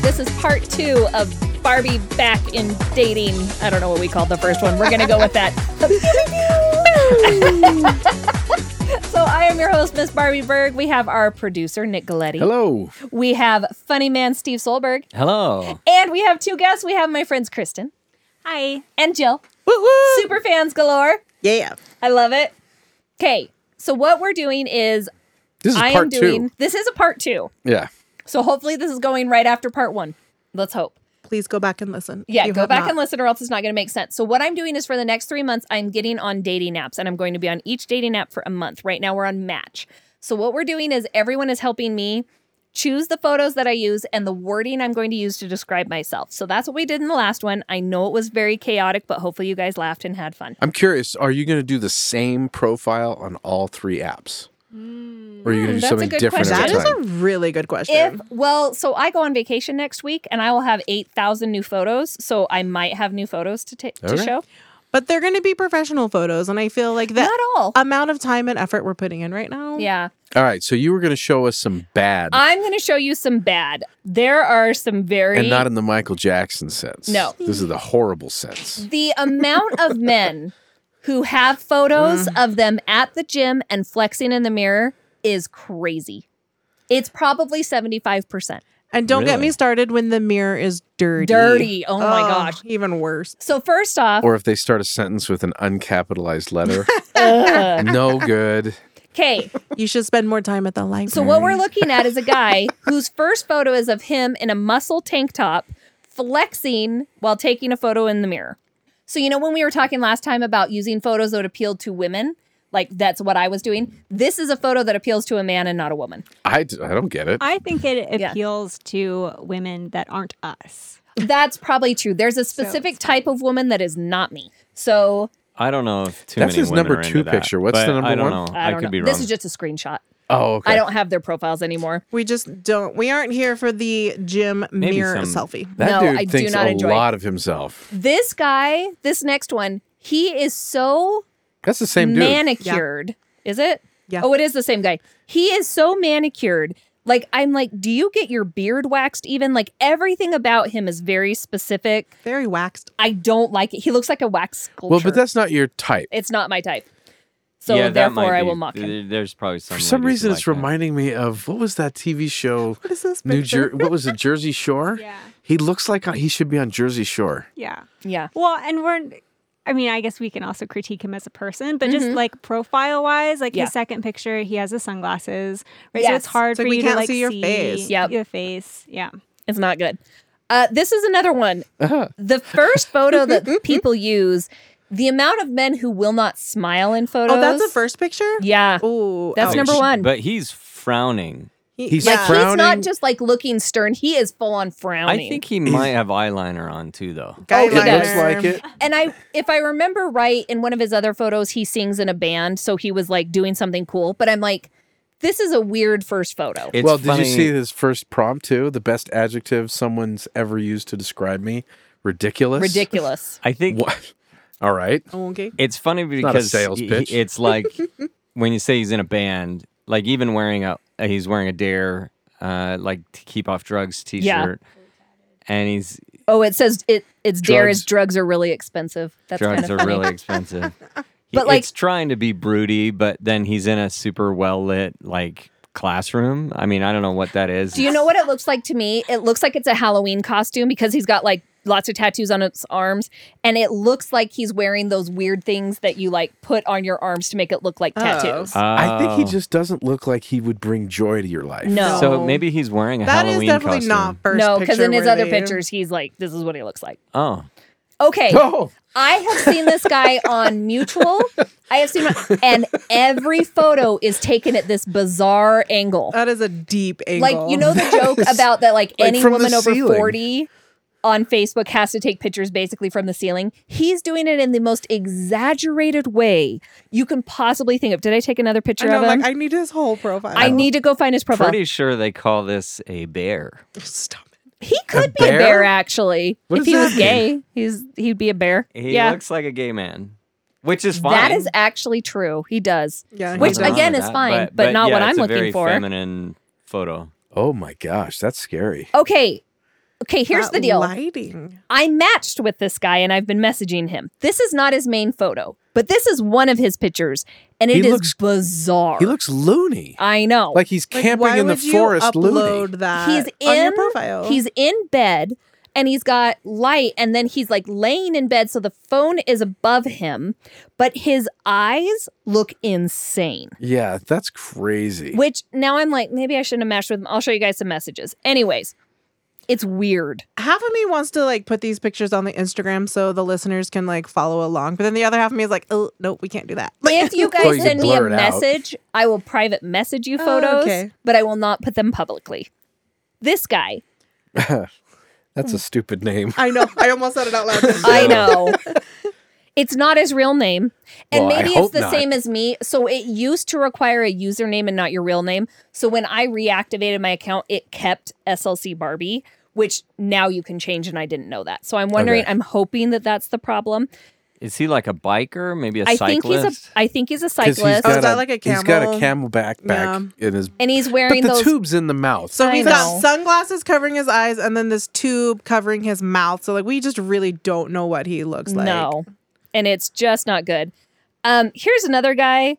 This is part two of Barbie back in dating. I don't know what we called the first one. We're going to go with that. so I am your host, Miss Barbie Berg. We have our producer, Nick Galletti. Hello. We have funny man, Steve Solberg. Hello. And we have two guests. We have my friends, Kristen Hi. and Jill. Super fans galore. Yeah. I love it. Okay. So what we're doing is This is I am part doing two. this is a part two. Yeah. So hopefully this is going right after part one. Let's hope. Please go back and listen. if Yeah, you go have back not. and listen, or else it's not going to make sense. So what I'm doing is for the next three months, I'm getting on dating apps, and I'm going to be on each dating app for a month. Right now, we're on Match. So what we're doing is everyone is helping me choose the photos that I use and the wording I'm going to use to describe myself. So that's what we did in the last one. I know it was very chaotic, but hopefully you guys laughed and had fun. I'm curious, are you going to do the same profile on all three apps? Or are you Mm, going to do that's a something good different question. That every is a time? really good question. If well, so I go on vacation next week, and I will have eight thousand new photos. So I might have new photos to ta- to Okay. show. but they're going to be professional photos, and I feel like that Not all. amount of time and effort we're putting in right now. yeah. All right, so you were going to show us some bad I'm going to show you some bad. There are some very and not in the Michael Jackson sense. No. This is the horrible sense. the amount of men who have photos of them at the gym and flexing in the mirror is crazy. It's probably 75%. And don't get Really? me started when the mirror is dirty. Dirty. Oh my gosh. Even worse. So first off, Or if they start a sentence with an uncapitalized letter. Uh. no good. okay. You should spend more time at the library. So what we're looking at is a guy whose first photo is of him in a muscle tank top flexing while taking a photo in the mirror. So you know when we were talking last time about using photos that appealed to women, like that's what I was doing. This is a photo that appeals to a man and not a woman. I, d- I don't get it. I think it Yeah. appeals to women that aren't us. That's probably true. There's a specific type of woman that is not me. So I don't know if too That's many his women number are two into that, picture. What's the but number I don't one? Know. I I, don't could know. be wrong. This is just a screenshot. oh, okay. I don't have their profiles anymore. we just don't. We aren't here for the gym Maybe mirror some- selfie. that No, dude I do thinks not a enjoy it. lot of himself. This guy, this next one, he is so That's the same dude. manicured. Is it? Yeah. Oh, it is the same guy. He is so manicured. Like I'm like, do you get your beard waxed even? Like everything about him is very specific. Very waxed. I don't like it. He looks like a wax sculpture. well, but that's not your type. it's not my type. So Yeah, that therefore, might I be- will mock him. th- There's probably some. For some ladies who reason, it's like that. reminding me of what was that TV show? What is this? New picture? Jer- What was it? Jersey Shore. Yeah. He looks like uh, he should be on Jersey Shore. Yeah. Yeah. Well, and we're, I mean, I guess we can also critique him as a person, but just like profile wise, like Mm-hmm. Yeah. his second picture, he has his sunglasses, right? So Yes. it's hard It's like for we you can't to like see your face. Yep. Your face. Yeah. It's not good. Uh, this is another one. Uh-huh. The first photo that people use, the amount of men who will not smile in photos. Oh, that's the first picture? Yeah. Oh, That's number one. But he's frowning. He's Like frowning. he's not just like looking stern. He is full on frowning. I think he might have eyeliner on too, though. Oh, It he does. looks like it. and I, if I remember right, in one of his other photos, he sings in a band, so he was like doing something cool. But I'm like, this is a weird first photo. It's well, did funny. you see his first prompt too? The best adjective someone's ever used to describe me: ridiculous. Ridiculous. I think What? All right. Okay. it's funny not a because sales he- pitch. it's like when you say he's in a band, like even wearing a he's wearing a dare, uh, like to keep off drugs T-shirt, and he's Oh, it says it. It's dare Drugs. is drugs are really expensive. That's kind drugs of are funny. really expensive. He- But, like- it's trying to be broody, but then he's in a super well lit like classroom. I mean, I don't know what that is. Do you know what it looks like to me? It looks like it's a Halloween costume because he's got like lots of tattoos on his arms and it looks like he's wearing those weird things that you like put on your arms to make it look like tattoos. Oh. I think he just doesn't look like he would bring joy to your life. No. So maybe he's wearing a Oh. That is Halloween definitely costume. not first no, because in his picture other worthy. pictures he's like this is what he looks like. Oh, Okay. Oh, I have seen this guy on Mutual. I have seen him and every photo is taken at this bizarre angle. That is a deep angle. Like you know the joke about that like, Like, any from the woman over ceiling. 40 on Facebook has to take pictures basically from the ceiling. He's doing it in the most exaggerated way you can possibly think of. Did I take another I picture know, of him? like I need his whole profile. I, need to go find his profile. pretty sure they call this a bear. Stop it. he could be a bear? bear actually. What if does he that was gay, he's he'd be a bear. He yeah. looks like a gay man, which is fine. that is actually true. He does. Yeah, Which he does. Nothing wrong again with is that, fine, but not yeah, what it's I'm a looking very for. Feminine photo. oh my gosh, that's scary. Okay. okay, here's That the deal. Lighting. I matched with this guy and I've been messaging him. This is not his main photo, but this is one of his pictures and He it is looks- bizarre. He looks loony. I know. Like he's Oh. Like, camping why in the would you forest upload loony. that he's in Uh, on your profile. He's in bed and he's got light and then he's like laying in bed so the phone is above him, but his eyes look insane. Yeah, that's crazy. Which now I'm like maybe I shouldn't have matched with him. I'll show you guys some messages. Anyways, it's weird. half of me wants to like put these pictures on the Instagram so the listeners can like follow along, but then the other half of me is like, oh nope, we can't do that. Like, If you Well, guys you can send me a blur it out. message, I will private message you Oh, photos, okay. but I will not put them publicly. This guy, that's a stupid name. I know. I almost said it out loud. I know. It's not his real name. And Well, I maybe it's hope the not. same as me. So it used to require a username and not your real name. So when I reactivated my account, it kept SLC Barbie, which now you can change. And I didn't know that. So I'm wondering, Okay. I'm hoping that that's the problem. Is he like a biker? Maybe a I think cyclist? he's a, I think he's a 'Cause cyclist. Oh, is that like a He's got a camel? camelback back in his. and he's But wearing the those. tube's in the mouth. So I he's know. got sunglasses covering his eyes and then this tube covering his mouth. So like we just really don't know what he looks like. no. And it's just not good. Um, here's another guy.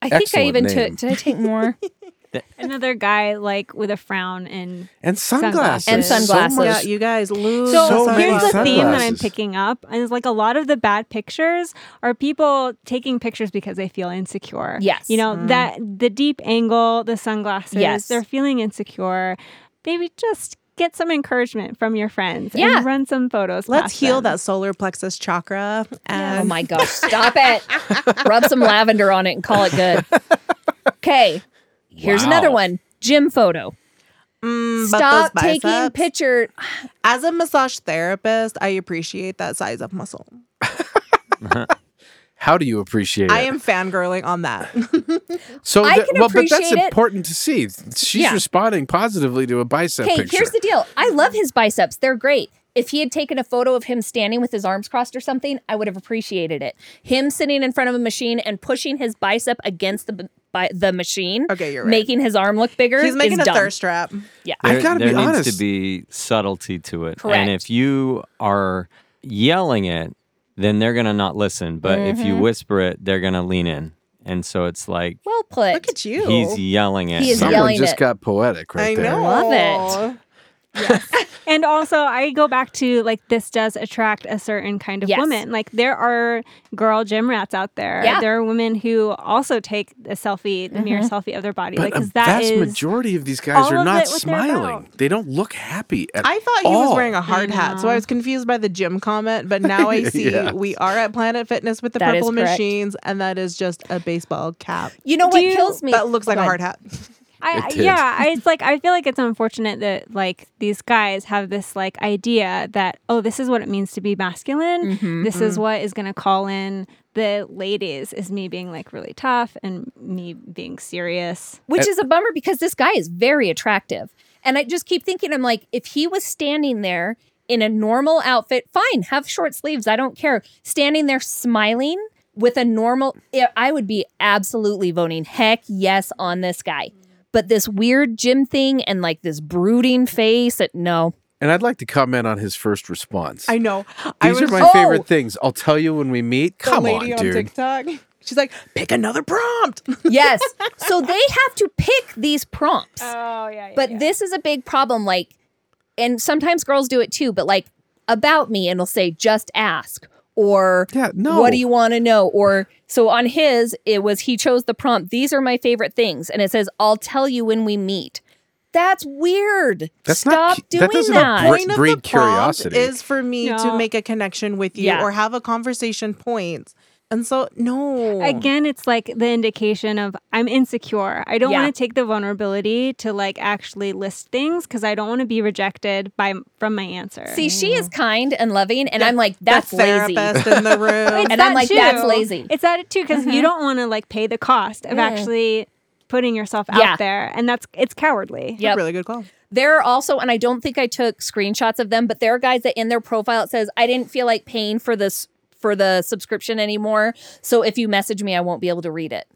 I think I Excellent even name. took. Did I take more? Another guy like with a frown and and sunglasses. And So much- sunglasses. Yeah, you guys lose. So, So many here's the theme that I'm sunglasses. picking up, and it's like a lot of the bad pictures are people taking pictures because they feel insecure. Yes. Mm. you know that the deep angle, the sunglasses. Yes. they're feeling insecure. Maybe just get some encouragement from your friends. Yeah. and run some photos. Let's past heal them. that solar plexus chakra. Oh And my gosh, stop it. Rub some lavender on it and call it good. Okay. Here's Wow. another one. Gym photo. Mm, but Stop those taking biceps. picture. As a massage therapist, I appreciate that size of muscle. How do you appreciate I it? am fangirling on that. so I that- can well, but that's appreciate it. important to see. She's Yeah. responding positively to a bicep Okay, picture. here's the deal. I love his biceps. They're great. If he had taken a photo of him standing with his arms crossed or something, I would have appreciated it. Him sitting in front of a machine and pushing his bicep against the b- bi- the machine, Okay, you're right. making his arm look bigger. He's is making a dumb. thirst trap. Yeah. I there, gotta there be needs honest. to be subtlety to it. Correct. And if you are yelling it, then they're gonna not listen. But if Mm-hmm. you whisper it, they're gonna lean in. And so it's like Well put. Look at you. he's yelling it. He is Someone- Someone yelling just it. got poetic right I there. know. Love And also, I go back to like this does attract a certain kind of Yes. woman. Like there are girl gym rats out there. Yeah. Mm-hmm. There are women who also take a selfie, the mirror selfie of their body. But like, a 'cause that vast is majority of these guys all are of not it what they're smiling. about. They don't look happy at I thought he was all. wearing a hard hat, so I Mm. was confused by the gym comment. But now I see Yes. we are at Planet Fitness with the That is purple correct. machines, and that is just a baseball cap You know Do what you- kills me? that looks like Go a ahead. hard hat. I, It is. yeah, I, it's like I feel like it's unfortunate that like these guys have this like idea that oh, this is what it means to be masculine. Mm-hmm, This is what is going to call in the ladies is me being like really tough and me being serious. which is a bummer because this guy is very attractive. And I just keep thinking, I'm like, if he was standing there in a normal outfit, fine, have short sleeves. I don't care. Standing there smiling with a normal, I- I would be absolutely voting heck yes on this guy. But this weird gym thing and like this brooding face, it, no. And I'd like to comment on his first response. I know. I These was are my Oh! favorite things. I'll tell you when we meet. the Come on, lady dude. TikTok. She's like, pick another prompt. Yes. so they have to pick these prompts. Oh yeah, yeah But this is a big problem. Like, and sometimes girls do it too, but like about me, and they'll say, just ask, or Yeah, no. what do you want to know? Or so on his, it was he chose the prompt, these are my favorite things. And it says, I'll tell you when we meet. That's weird. That's Stop not cu- doing that that. doesn't The Bre- point of breed the prompt curiosity. is for me No. to make a connection with you Yeah. or have a conversation point. And so, no. again it's like the indication of i'm insecure i don't Yeah. want to take the vulnerability to like actually list things because i don't want to be rejected by from my answer See, she is kind and loving, and I'm like, The that's lazy. therapist in the room. It's and I'm that like, too. that's lazy. Mm-hmm. it's that too because you don't want to like pay the cost of actually putting yourself out Yeah. there and that's it's cowardly Yep. Really good call. There are also, and I don't think I took screenshots of them, but there are guys that in their profile it says, "I didn't feel like paying for this for the subscription anymore, so if you message me, I won't be able to read it."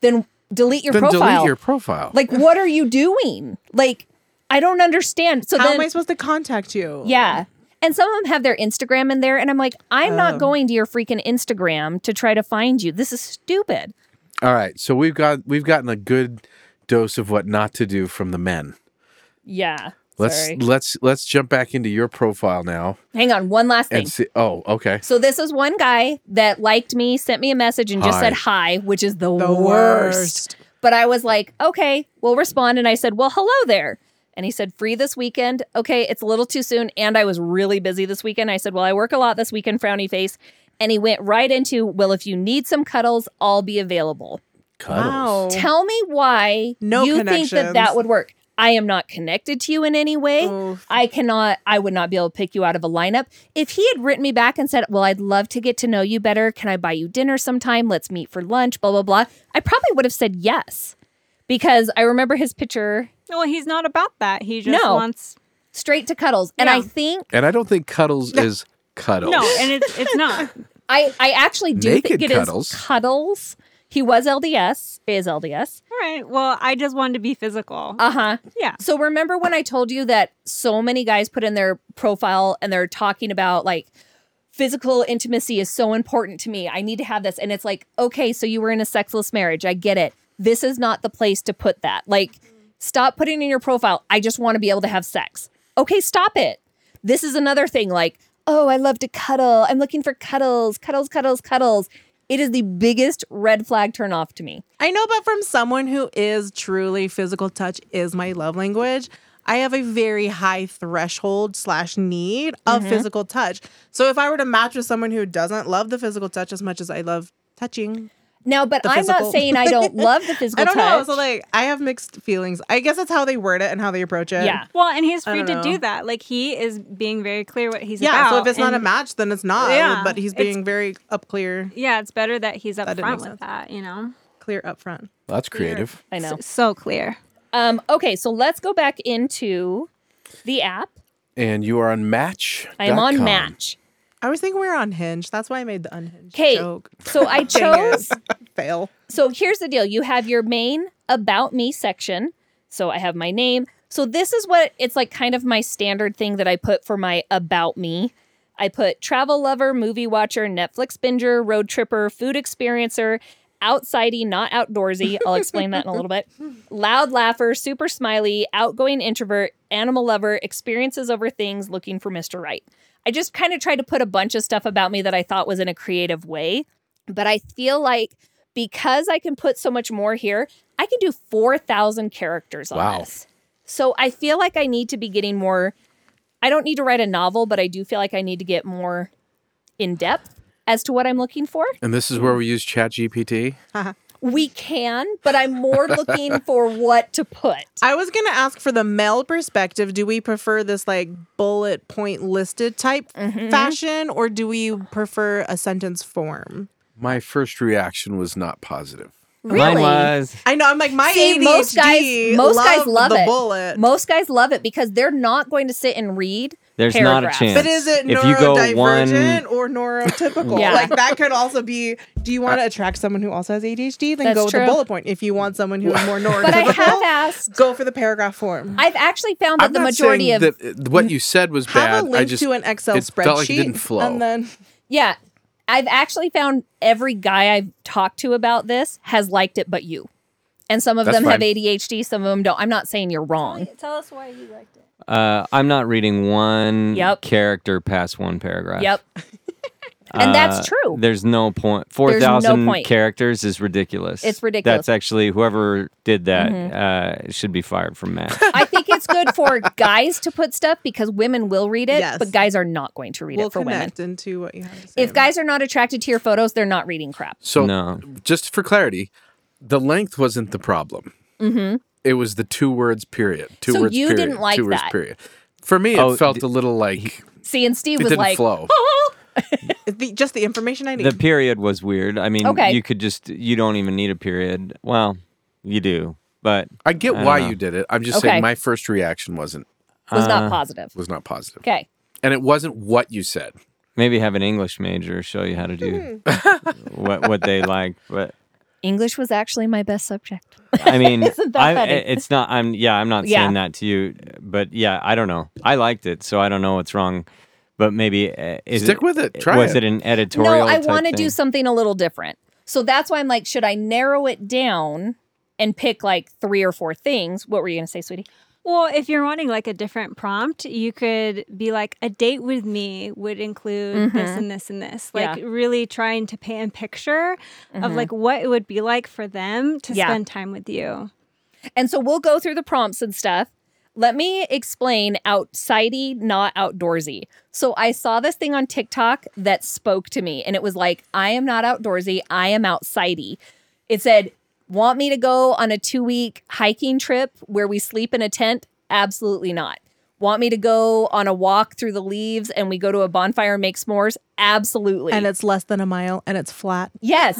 Then delete your Then profile. delete your profile. like, what are you doing? Like, I don't understand. So How then, am I supposed to contact you? yeah. And some of them have their Instagram in there. And I'm like, I'm not Oh. going to your freaking Instagram to try to find you. This is stupid. All right, so we've got we've gotten a good dose of what not to do from the men. Yeah. Let's Sorry. let's let's jump back into your profile now Hang on. One last thing. and see. Oh, okay. So this is one guy that liked me, sent me a message, and just Hi. said hi, which is the, The worst. worst. But I was like, okay, we'll respond. And I said, well, hello there. And he said, free this weekend. Okay, it's a little too soon. And I was really busy this weekend. I said, well, I work a lot this weekend, frowny face. And he went right into, well, if you need some cuddles, I'll be available. Wow. Tell me why No you think that that connections. would work. I am not connected to you in any way. Oof. I cannot, I would not be able to pick you out of a lineup. If he had written me back and said, Well, I'd love to get to know you better. Can I buy you dinner sometime? Let's meet for lunch, blah, blah, blah. I probably would have said yes because I remember his picture Well, he's not about that. He just No. wants straight to cuddles. And Yeah. I think And I don't think cuddles is cuddles. no, and it's it's not. I, I actually do Naked think it is cuddles. cuddles. He was LDS, is LDS. All right. Well, I just wanted to be physical. Uh huh. yeah. So remember when I told you that so many guys put in their profile and they're talking about like physical intimacy is so important to me. I need to have this. And it's like, okay, so you were in a sexless marriage. I get it. This is not the place to put that. Like, stop putting in your profile. I just want to be able to have sex. Okay, stop it. This is another thing like, oh, I love to cuddle. I'm looking for cuddles, cuddles, cuddles, cuddles. It is the biggest red flag turn off to me. I know, but from someone who is truly physical touch is my love language. I have a very high threshold slash need of Mm-hmm. physical touch. So if I were to match with someone who doesn't love the physical touch as much as I love touching, Now, but The I'm physical- not saying I don't love the physical I don't know. touch. So like, I have mixed feelings. I guess that's how they word it and how they approach it. yeah. Well, and he's I free to don't know. do that. Like he is being very clear what he's Yeah. about. So if it's not a and- match, then it's not. Yeah, but he's it's- being very up clear, yeah, it's better that he's up That didn't front make with sense. that. You know, clear up front. Well, that's creative. I know. S- so clear. Um, okay, so let's go back into the app. And you are on Match. I am on Match. I was thinking we were on Hinge. That's why I made the unhinged Okay, joke. so I Dang it. chose. Fail. so here's the deal: you have your main about me section. So I have my name. So this is what it's like, kind of my standard thing that I put for my about me. I put travel lover, movie watcher, Netflix binger, road tripper, food experiencer, outsidey, not outdoorsy. I'll explain that in a little bit. Loud laugher, super smiley, outgoing introvert, animal lover, experiences over things, looking for Mr. Right. I just kind of tried to put a bunch of stuff about me that I thought was in a creative way. But I feel like because I can put so much more here, I can do 4,000 characters on Wow. this. So I feel like I need to be getting more. I don't need to write a novel, but I do feel like I need to get more in depth as to what I'm looking for. And this is where we use ChatGPT. We can, but I'm more looking for what to put. I was gonna ask for the male perspective. Do we prefer this like bullet point listed type Mm-hmm. fashion, or do we prefer a sentence form? My first reaction was not positive. Mine was I know. I'm like my See, ADHD. most guys, most love guys love the it. bullet. Most guys love it because they're not going to sit and read. There's not a paragraphs. chance. but is it If you go neurodivergent or neurotypical? Yeah. Like that could also be. Do you want to attract someone who also has ADHD? Then That's go with true. the bullet point. If you want someone who is more neurotypical, But I have asked. go for the paragraph form. I've actually found that the not majority saying of that uh, what you said was bad. Have a link I just to an Excel it spreadsheet felt like it didn't flow. and then yeah, I've actually found every guy I've talked to about this has liked it, but you. And some of That's them have fine. ADHD, some of them don't. I'm not saying you're wrong. Tell us why you liked it. uh, I'm not reading one Yep. character past one paragraph. Yep. and Uh, that's true. There's no point. Four There's no thousand point. characters is ridiculous. It's ridiculous. Mm-hmm. That's actually whoever did that uh, should be fired from Match. I think it's good for guys to put stuff because women will read it, Yes. but guys are not going to read we'll it for women. connect into what you have to say. If guys are not attracted to your photos, they're not reading crap. so No. just for clarity, the length wasn't the problem. Mm-hmm. It was the two words period. Two So words you period. didn't like two words that. period. For me, it Oh, felt a little like See, and Steve it was didn't like, flow. the, just the information I need. the period was weird. I mean, Okay. you could just you don't even need a period. Well, you do, but I get don't why know. you did it. I'm just Okay. saying my first reaction wasn't was not positive. was not positive, Okay. and it wasn't what you said. Hmm. maybe have an English major show you how to do what what they like. But English was actually my best subject. I mean, Isn't that I, funny? it's not. I'm yeah. I'm not Yeah. saying that to you, but yeah, I don't know. I liked it, so I don't know what's wrong. But maybe uh, is Stick it, with it. Try was it. it an No, editorial? I type want to thing? do something a little different. So that's why I'm like, should I narrow it down and pick like three or four things? What were you going to say, sweetie? Well, if you're wanting like a different prompt, you could be like, a date with me would include this and this and this. Like, really trying to paint a picture of like what it would be like for them to Yeah. spend time with you. And so we'll go through the prompts and stuff. Let me explain outsidey, not outdoorsy. So I saw this thing on TikTok that spoke to me, and it was like, I am not outdoorsy, I am outsidey. It said, Want me to go on a two week hiking trip where we sleep in a tent? Absolutely not. Want me to go on a walk through the leaves and we go to a bonfire and make s'mores? Absolutely. And it's less than a mile and it's flat. Yes.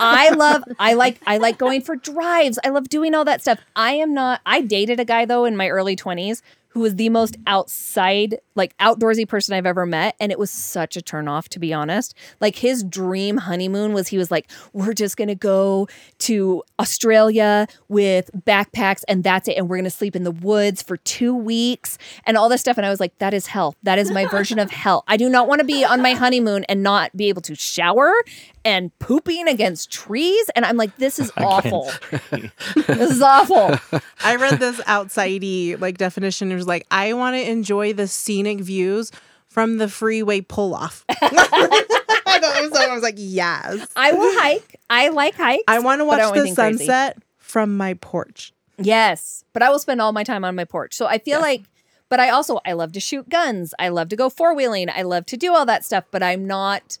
I love I like I like going for drives. I love doing all that stuff. I am not I dated a guy though in my early 20s who was the most outside like outdoorsy person I've ever met and it was such a turnoff to be honest. Like his dream honeymoon was he was like we're just going to go to Australia with backpacks and that's it and we're going to sleep in the woods for 2 weeks and all this stuff and I was like that is hell. That is my version of hell. I do not want to be on my honeymoon and not be able to shower and pooping against trees. And I'm like, this is awful. this is awful. I read this outsidey like definition. It was like, I want to enjoy the scenic views from the freeway pull off. I know, it was- I was like, yes. I will hike. I like hikes. I want to but I don't watch the anything crazy. sunset from my porch. Yes. But I will spend all my time on my porch. So I feel like, but I also, I love to shoot guns. I love to go four wheeling. I love to do all that stuff, but I'm not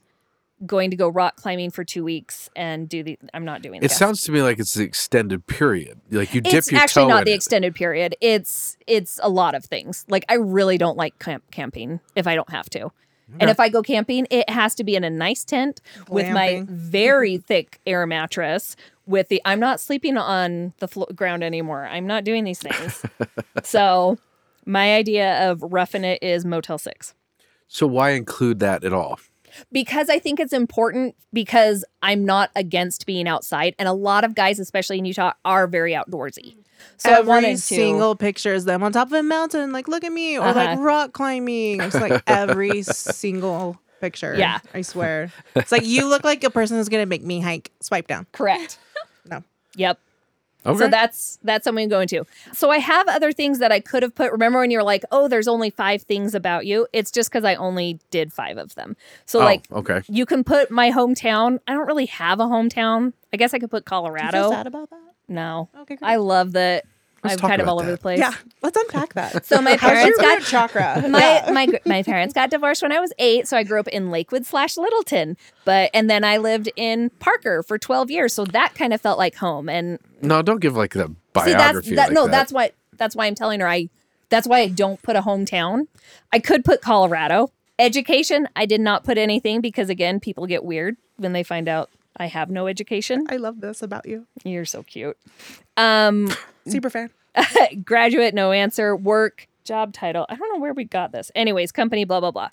going to go rock climbing for two weeks and do the, I'm not doing It that. sounds to me like it's the extended period. Like you it's dip your actually toe not in the it. extended period. It's it's a lot of things. Like I really don't like camp camping if I don't have to. And if I go camping, it has to be in a nice tent with my Glamping. very thick air mattress with the I'm not sleeping on the flo- ground anymore. I'm not doing these things. so my idea of roughing it is Motel 6 So why include that at all? because I think it's important because I'm not against being outside and a lot of guys especially in Utah are very outdoorsy. So I Every wanted to single picture is them on top of a mountain, like look at me, or like Uh-huh. rock climbing. It's like every single picture. Yeah. I swear. It's like you look like a person who's gonna make me hike. Swipe down. Correct. No. Yep. Okay. So that's that's something I'm going to. So I have other things that I could have put. Remember when you were like, "Oh, there's only five things about you." It's just because I only did five of them. So oh, like, okay. you can put my hometown. I don't really have a hometown. I guess I could put You Colorado. feel sad about that? no, Okay, great. I love that. Let's I'm talk kind of about all over that. the place. yeah. Let's unpack that. So my parents got root chakra. my my gr- my parents got divorced when I was eight, so I grew up in Lakewood slash Littleton. But and then I lived in Parker for twelve years, so that kind of felt like home. And No, don't give like the See, that's biography. that, like no, that. that's why that's why I'm telling her I that's why I don't put a hometown. I could put Colorado. Education, I did not put anything because again, people get weird when they find out I have no education. I love this about you. You're so cute. Um Super fan. graduate, no answer, work, job title. I don't know where we got this. Anyways, company, blah blah blah.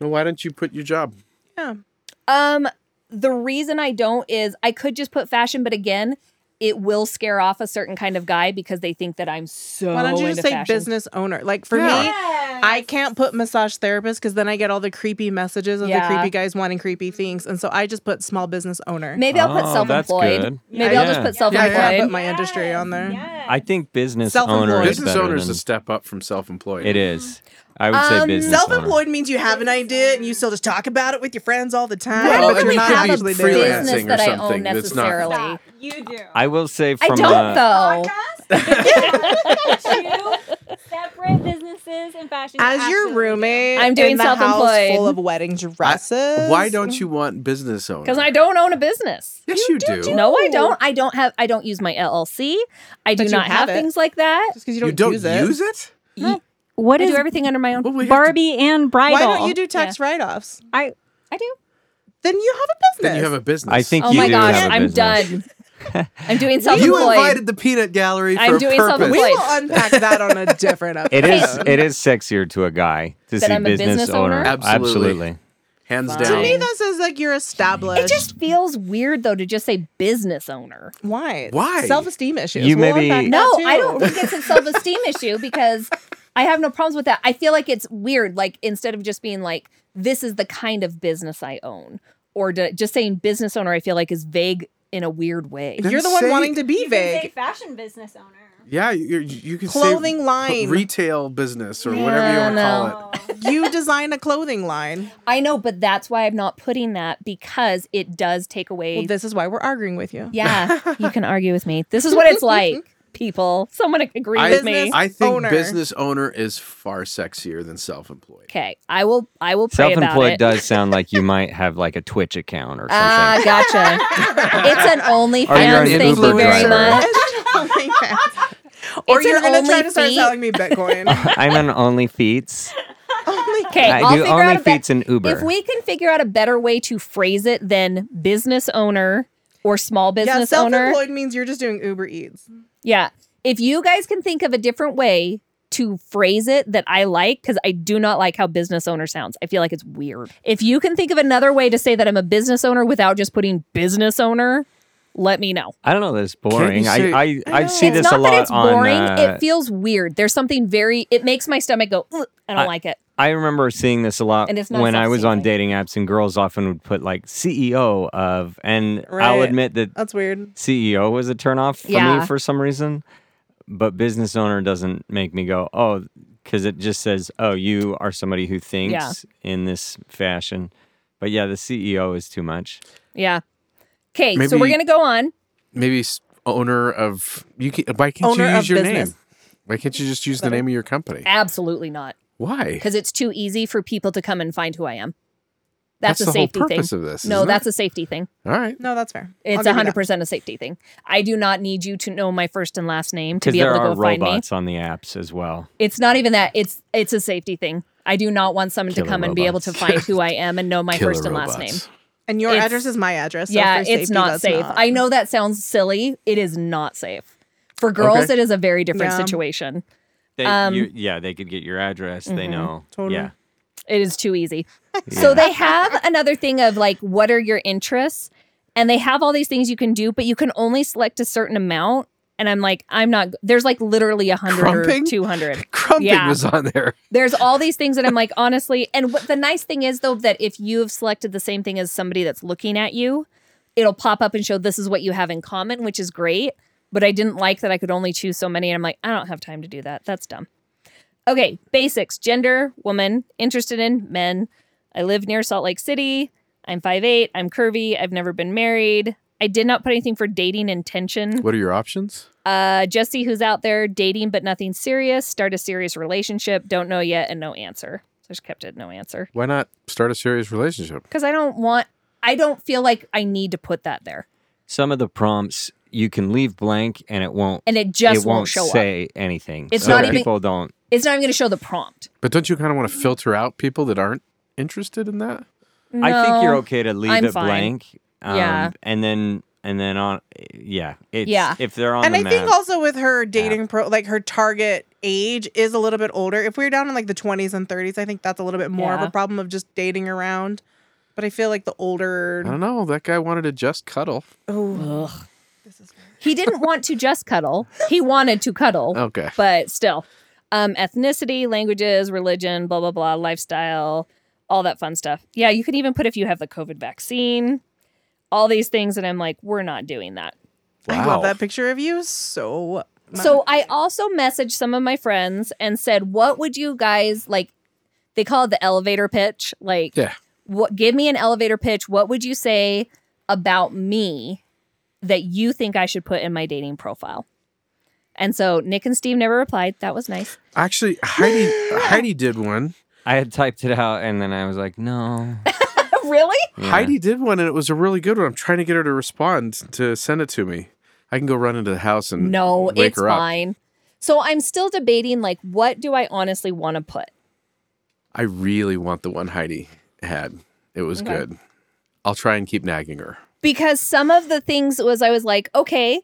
Well, why don't you put your job? Mm. Yeah. Um, the reason I don't is I could just put fashion, but again, it will scare off a certain kind of guy because they think that I'm so. Why don't you just into say fashion. business owner? Like for me, I can't put massage therapist because then I get all the creepy messages of Yeah. the creepy guys wanting creepy things, and so I just put small business owner. Maybe I'll put Oh, that's self-employed. good. Maybe I'll just Yeah. put Yeah, I self-employed. can't put my industry on there. I think business Self-employed. owner is business better owner is than- a step up from self-employed. It is. I would say Um, business owner. Self-employed means you have an idea and you still just talk about it with your friends all the time. I Well, don't and really you could have a be business freelancing or that I own something that's not- necessarily. You do. I will say I from don't a- though. Two separate businesses in fashion. As your roommate, I'm doing in the house self-employed. full of wedding dresses. Why don't you want business owner? Because I don't own a business. yes, you, do. No, I don't. I don't have. I don't use my LLC. I do But you not have, have it. things like that. Just because you You don't, don't use it. use it. What I do is everything under my own. Well, we have to- Barbie and bridal? Why don't you do tax write-offs? I I do. Then you have a business. Then you have a business. I think Oh you my do gosh, have a I'm business. done. I'm doing you self-employed. invited the peanut gallery for Oh, I'm a doing purpose. we self-employed. will unpack that on a different It episode. is. It is sexier to a guy to That see I'm a business owner? Absolutely. Absolutely. hands Fine. down. To me, that says like you're established. It just feels weird though to just say business owner. why? Why? Self esteem issues. You We'll maybe- unpack that No, too. I don't think it's a self esteem issue because I have no problems with that. I feel like it's weird. Like instead of just being like, this is the kind of business I own, or to, just saying business owner, I feel like is vague in a weird way. Yeah. You're the one Say- wanting to be vague. fashion business owner. yeah, you, you can say Clothing p- line. retail business or whatever you want to Yeah, call it. you design a clothing line. I know, but that's why I'm not putting that because it does take away. Well, this is why we're arguing with you. yeah, you can argue with me. This is what it's like, people. Someone agree I- with me. Business- I think Owner. business owner is far sexier than self-employed. Okay, I will. I will pray about Self-employed it. does sound like you might have like a Twitch account or something. Ah, gotcha. it's an an OnlyFans. Thank you Uber very driver. much. or It's an you're gonna try to start OnlyFeet. selling me Bitcoin. I'm on OnlyFeets. Only Okay, I I'll do figure out a OnlyFeets bet- and Uber. If we can figure out a better way to phrase it than business owner or small yeah, business owner, self-employed means you're just doing Uber Eats. yeah. If you guys can think of a different way to phrase it that I like, because I do not like how business owner sounds. I feel like it's weird. If you can think of another way to say that I'm a business owner without just putting business owner, let me know. I don't know that it's boring. say- I, I, I know. see it's this not a lot that it's on. boring. uh, it feels weird. There's something very. It makes my stomach go. "Ugh," I don't I- like it. I remember seeing this a lot And it's not when I was on self-sustaining. dating apps, and girls often would put like CEO of, and I'll Right. admit that That's weird. CEO was E a turnoff for Yeah. me for some reason, but business owner doesn't make me go, oh, because it just says, oh, you are somebody who thinks in this fashion. But yeah, the CEO is too much. Yeah. Okay, so Maybe- we're gonna go on. Maybe s- owner of you can why can't Owner you of use your business. name? Why can't you just use the name of your company? Absolutely not. Why? because it's too easy for people to come and find who I am. That's, That's a the whole safety thing. purpose of this, no, isn't that's it? a safety thing. All right. No, that's fair. I'll It's give you hundred that. percent a safety thing. I do not need you to know my first and last name to Because be there able to go are find me. robots on the apps as well. It's not even that. It's it's a safety thing. I do not want someone Killer to come and be able robots. to find who I am and know my Killer first and last name. robots. And your It's- address is my address. So yeah, for it's safety, not that's safe. not- I know that sounds silly. It is not safe. For girls, Okay. it is a very different Yeah. situation. They, Um, Mm-hmm. you, yeah, they could get your address. They know. Totally. Yeah. It is too easy. So they have another thing of like, what are your interests? And they have all these things you can do, but you can only select a certain amount. And I'm like, I'm not, there's like literally a 100 or Crumping? 200. Crumping Yeah. was on there. There's all these things that I'm like, honestly. And what the nice thing is, though, that if you have selected the same thing as somebody that's looking at you, it'll pop up and show this is what you have in common, which is great. But I didn't like that I could only choose so many. And I'm like, I don't have time to do that. That's dumb. Okay, basics gender, woman, interested in men. I live near Salt Lake City. I'm 5'8. I'm curvy. I've never been married. I did not put anything for dating intention. What are your options? Uh, Jesse, who's out there dating but nothing serious, start a serious relationship, don't know yet, and no answer. So I just kept it no answer Why not start a serious relationship? because I don't want, I don't feel like I need to put that there, Some of the prompts you can leave blank and it won't. and it just it won't, show up. say anything. It's so not even- people don't. It's not even going to show the prompt. But don't you kind of want to filter out people that aren't interested in that? I think you're No. okay to leave I'm it fine. blank. Um, Yeah. And then and then on yeah. It's, Yeah. If they're on and the I map, think also with her dating pro, like her target age is a little bit older. If we we're down in like the 20s and 30s, I think that's a little bit more of Yeah. a problem of just dating around. But I feel like the older. I don't know. That guy wanted to just cuddle. Oh, He didn't want to just cuddle; he wanted to cuddle. Okay. but still um ethnicity languages religion blah blah blah lifestyle all that fun stuff yeah you could even put if you have the covid vaccine all these things and i'm like we're not doing that I Wow. love that picture of you so much. so i also messaged some of my friends and said what would you guys like they call it the elevator pitch like Yeah. what give me an elevator pitch what would you say about me that you think i should put in my dating profile and so nick and steve never replied that was nice Actually, Heidi Heidi did one. I had typed it out and then I was like, no. really Yeah. Heidi did one, and it was a really good one. I'm trying to get her to respond to send it to me. I can go run into the house and No, wake it's her up. fine. So I'm still debating like what do I honestly want to put? I really want the one Heidi had. It was Okay. good. I'll try and keep nagging her. Because some of the things was I was like, okay,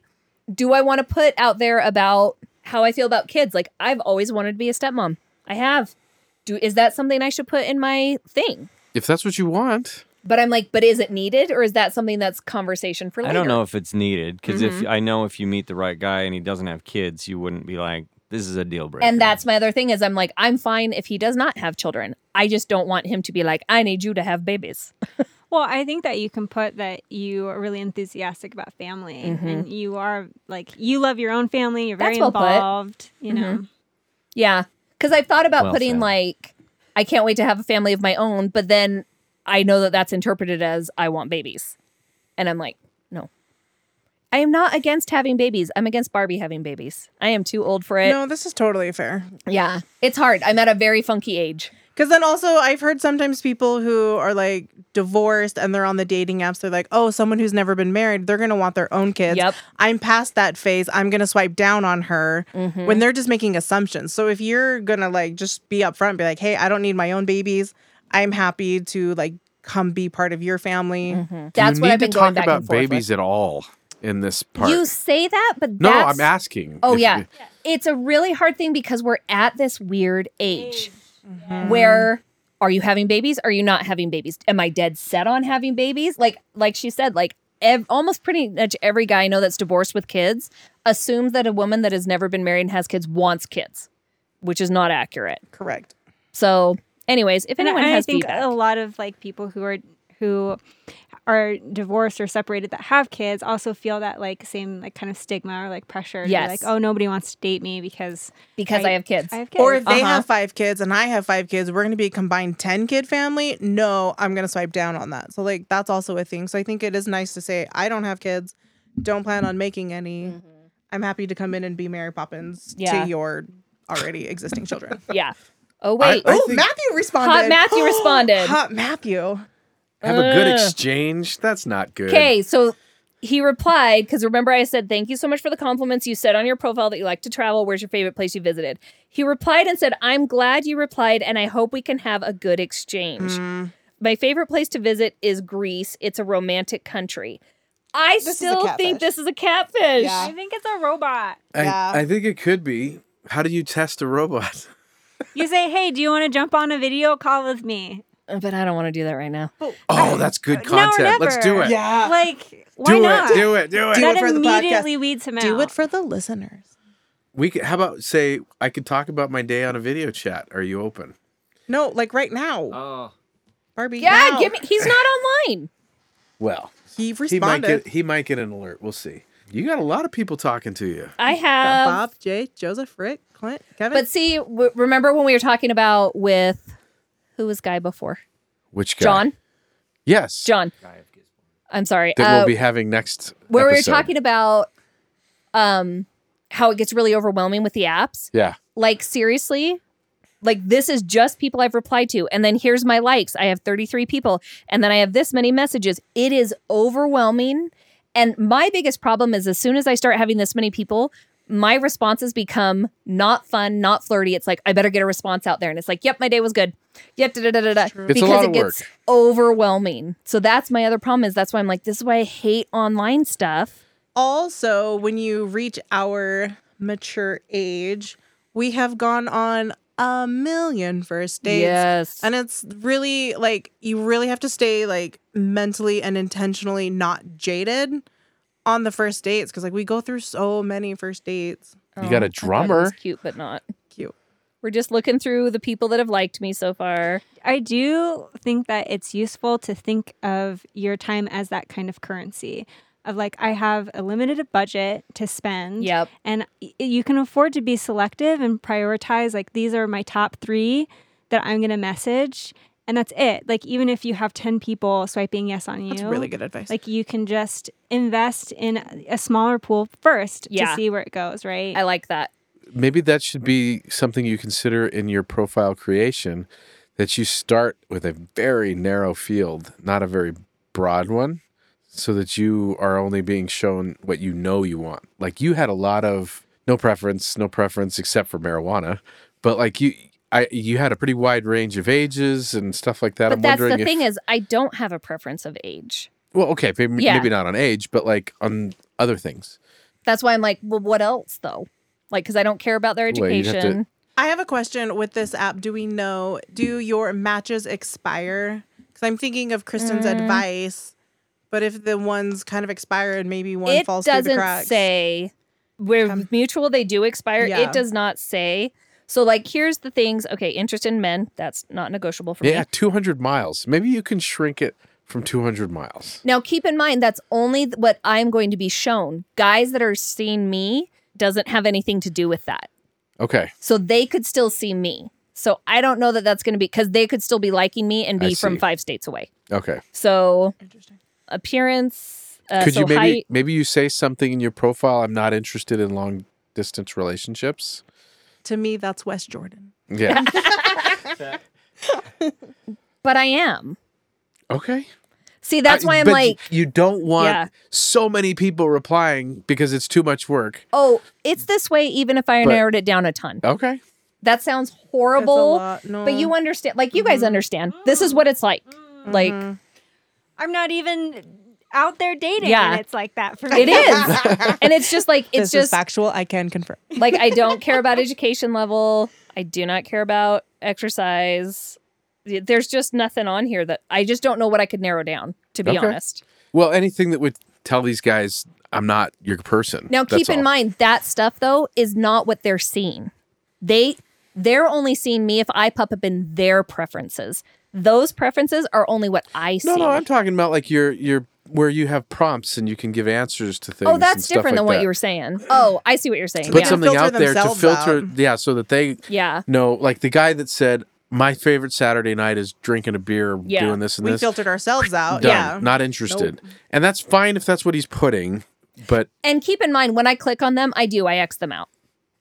do I want to put out there about how I feel about kids? Like I've always wanted to be a stepmom. I have. Do is that something I should put in my thing? If that's what you want, But I'm like, but is it needed or is that something that's conversation for later? I don't know if it's needed because Mm-hmm. if I know if you meet the right guy and he doesn't have kids, you wouldn't be like, this is a deal breaker. And that's my other thing is I'm like, I'm fine if he does not have children. I just don't want him to be like, I need you to have babies. Well, I think that you can put that you are really enthusiastic about family and you are like you love your own family, you're very That's well put. involved, you know. Yeah. Cause I've thought about Well putting said. like, I can't wait to have a family of my own, but then I know that that's interpreted as I want babies. And I'm like, no. I am not against having babies. I'm against Barbie having babies. I am too old for it. No, this is totally fair. Yeah. It's hard. I'm at a very funky age. Because then also, I've heard sometimes people who are like divorced and they're on the dating apps, they're like, oh, someone who's never been married, they're going to want their own kids. Yep. I'm past that phase. I'm going to swipe down on her when they're just making assumptions. So if you're going to like just be upfront, be like, hey, I don't need my own babies. I'm happy to like come be part of your family. That's you what need I've been to going talk back about and forth with. babies at all in this part. You say that, but no, that's- I'm asking. Oh if- yeah. it's a really hard thing because we're at this weird age Mm-hmm. where are you having babies? Are you not having babies? Am I dead set on having babies? Like like she said, like ev- almost pretty much every guy I know that's divorced with kids assumes that a woman that has never been married and has kids wants kids, which is not accurate. Correct. So, anyways, if And anyone I, has think oh, feedback, a lot of like people who are who are divorced or separated that have kids also feel that like same like kind of stigma or like pressure. to be Yes. Like, oh nobody wants to date me because because I, have kids. I have kids. Or if they Uh-huh. have five kids and I have five kids, we're going to be a combined 10 kid family. No, I'm going to swipe down on that. So, like, that's also a thing. So, I think it is nice to say, I don't have kids, don't plan on making any. I'm happy to come in and be Mary Poppins Mm-hmm. Yeah. to your already existing children. yeah. Oh wait. I oh, think- Matthew responded. Hot Matthew responded. Hot Matthew. Have a good Ugh. exchange. That's not good. Uh. Okay, so he replied because remember I said thank you so much for the compliments you said on your profile that you like to travel. Where's your favorite place you visited? He replied and said, "I'm glad you replied, and I hope we can have a good exchange. Mm. My favorite place to visit is Greece. It's a romantic country. I is a still think catfish. this is a catfish. Yeah. I think it's a robot. I, Yeah. I think it could be. How do you test a robot? You say, Hey, do you want to jump on a video call with me? Uh, But I don't want to do that right now. Oh, that's good Now or content. Let's do never. it. Yeah. Like Do why it. not? Do it. Do it. Uh, Do That it for the podcast. immediately weeds him out. Do it for the listeners. We could, how about say I could talk about my day on a video chat. Are you open? No, like right now. Oh. Barbie. Yeah, now. give me. He's not online. Well, He he might responded. get he might get an alert. We'll see. You got a lot of people talking to you. I have Bob, Jay, Joseph, Rick, Clint, Kevin. But see, w- remember when we were talking about with who was guy before? Which guy? John. Yes. John. I'm sorry. That uh, we'll be having next. where we were episode. talking about um how it gets really overwhelming with the apps. Yeah. Like seriously, like this is just people I've replied to and then here's my likes. I have 33 people and then I have this many messages. It is overwhelming and my biggest problem is as soon as I start having this many people, my responses become not fun, not flirty. It's like I better get a response out there and it's like, "Yep, my day was good." Yep, da da da da da. It's a lot of gets work. overwhelming. So that's my other problem is that's why I'm like this is why I hate online stuff. also when you reach our mature age we have gone on a million first dates Yes. and it's really like you really have to stay like mentally and intentionally not jaded on the first dates because like we go through so many first dates You Oh, got a drummer. cute, but not. cute We're just looking through the people that have liked me so far. I do think that it's useful to think of your time as that kind of currency of like I have a limited budget to spend. Yep. And y- you can afford to be selective and prioritize like these are my top 3 that I'm going to message and that's it. Like even if you have 10 people swiping yes on you. that's really good advice Like you can just invest in a smaller pool first Yeah. to see where it goes, right? I like that. Maybe that should be something you consider in your profile creation. That you start with a very narrow field, not a very broad one, so that you are only being shown what you know you want. Like you had a lot of no preference, no preference except for marijuana, but like you, I you had a pretty wide range of ages and stuff like that. But I'm that's the wondering if thing is, I don't have a preference of age. Well, okay, maybe, Yeah. Mm-hmm. maybe not on age, but like on other things. That's why I'm like, well, what else though? Like, because I don't care about their Well, you'd have to- education. i have a question with this app do we know do your matches expire Because I'm thinking of Kristen's Mm. advice, but if the one's kind of expired, maybe one it falls through the doesn't cracks. say where mutual they do expire. Yeah. It does not say. So like here's the things. Okay, interest in men, that's not negotiable for Yeah, me. 200 miles. Maybe you can shrink it from 200 miles. Now keep in mind that's only th- what I'm going to be shown. Guys that are seeing me doesn't have anything to do with that. Okay. So they could still see me. So I don't know that that's going to be cuz they could still be liking me and I be from see. 5 states away. Okay. So Interesting. appearance uh, Could so you maybe height maybe you say something in your profile? I'm not interested in long distance relationships. To me, that's West Jordan. Yeah. but I am. okay. See, that's I- why I'm but like you don't want Yeah. so many people replying because it's too much work. Oh, it's this way even if I But- narrowed it down a ton. Okay. That sounds That's a horrible. lot. Mm-hmm. No. But you understand like you guys understand. This is what it's like. Mm-hmm. Like I'm not even out there dating. Yeah. And it's like that for me. it is. and it's just like it's this is just factual. I can confirm. like I don't care about education level. I do not care about exercise. There's just nothing on here that I just don't know what I could narrow down, to be Okay. honest. Well, anything that would tell these guys I'm not your person. Now That's keep in all. mind that stuff though is not what they're seeing. They they're only seeing me if I pop up in their preferences. Those preferences are only what I see. No, no, I'm talking about like your your where you have prompts and you can give answers to things. oh, and that's stuff different like than what that. Mm. you were saying. Oh, I see what you're saying. Put yeah. something filter out there to themselves filter, out. yeah, so that they yeah. know. Like the guy that said, "My favorite Saturday night is drinking a beer, Yeah. doing this and We uh, this." filtered ourselves out. Done. Yeah. Not interested, and that's fine if that's what he's putting. But And keep in mind when I click on them, I do I X them out.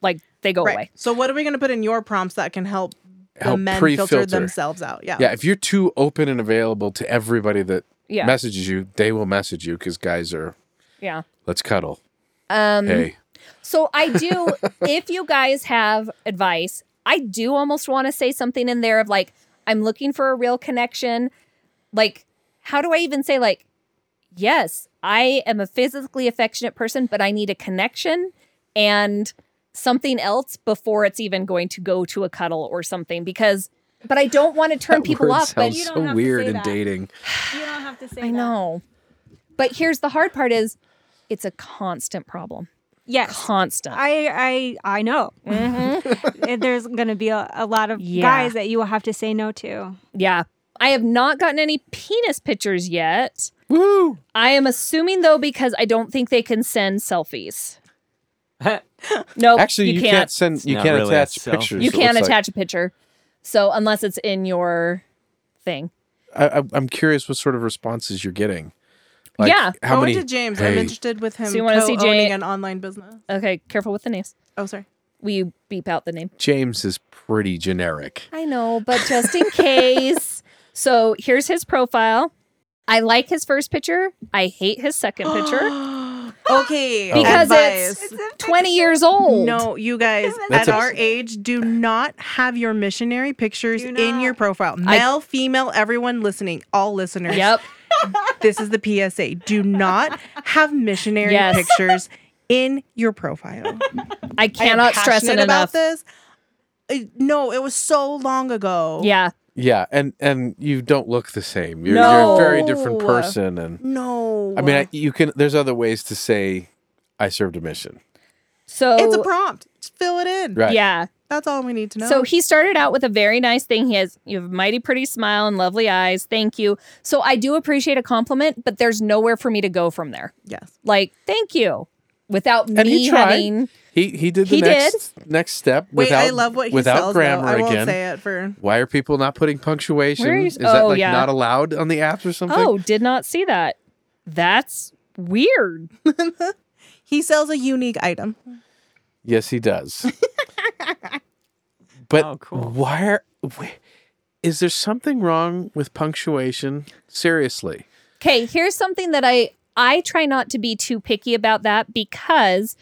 Like they go right. away. So what are we going to put in your prompts that can help, the Help men pre-filter. filter themselves out? Yeah. yeah, if you're too open and available to everybody that Yeah. messages you, they will message you because guys are Yeah. let's cuddle. Um hey, So I do, if you guys have advice, I do almost want to say something in there of like, I'm looking for a real connection. Like, how do I even say, like, yes, I am a physically affectionate person, but I need a connection and something else before it's even going to go to a cuddle or something because, but I don't want to turn That people word off. But sounds you don't have so to weird say in that. dating. You don't have to say I know. But here's the hard part is it's a constant problem. Yes. Constant. I I I know. There's going to be a, a lot of Mm-hmm. Yeah. guys that you will have to say no to. Yeah. I have not gotten any penis pictures yet. Woo! I am assuming though because I don't think they can send selfies. No, Actually, you, can't, send. You not can't really a attach selfie. pictures. you it can't looks like. attach a picture. So unless it's in your thing. I, I, I'm curious what sort of responses you're getting. Yeah. How many? Going to James. I'm Hey. interested with him So you wanna see co-owning Jay- an online business. Okay, careful with the names. Oh, sorry. We beep out the name. James is pretty generic. I know, but just in case. So here's his profile. I like his first picture. I hate his second picture. Okay. Because advice. it's 20 years old. No, you guys, That's at a- our age, do not have your missionary pictures Do in your not. profile. Male, female, everyone listening, all listeners. Yep. This is the PSA. Do not have missionary Yes. pictures in your profile. I I am cannot stress it passionate enough. about this. I- no, it was so long ago. yeah. Yeah, and and you don't look the same. You're, you're a very different No. person. And No. I mean, I, you can. There's other ways to say I served a mission. So it's a prompt. Just fill it in. Right. Yeah. That's all we need to know. So he started out with a very nice thing. He has you have a mighty pretty smile and lovely eyes. Thank you. So I do appreciate a compliment, but there's nowhere for me to go from there. yes. Like, thank you. Without And me he tried. having He he did the He did. next next step Wait, without I love what he without sells. though. grammar I won't again. say it for. Why are people not putting punctuation? Where are you- Is that oh, like yeah. not allowed on the apps or something? Oh, did not see that. That's weird. He sells a unique item. Yes, he does. but Oh, cool. why are, wh- is there something wrong with punctuation? Seriously. Okay, here's something that I I try not to be too picky about that because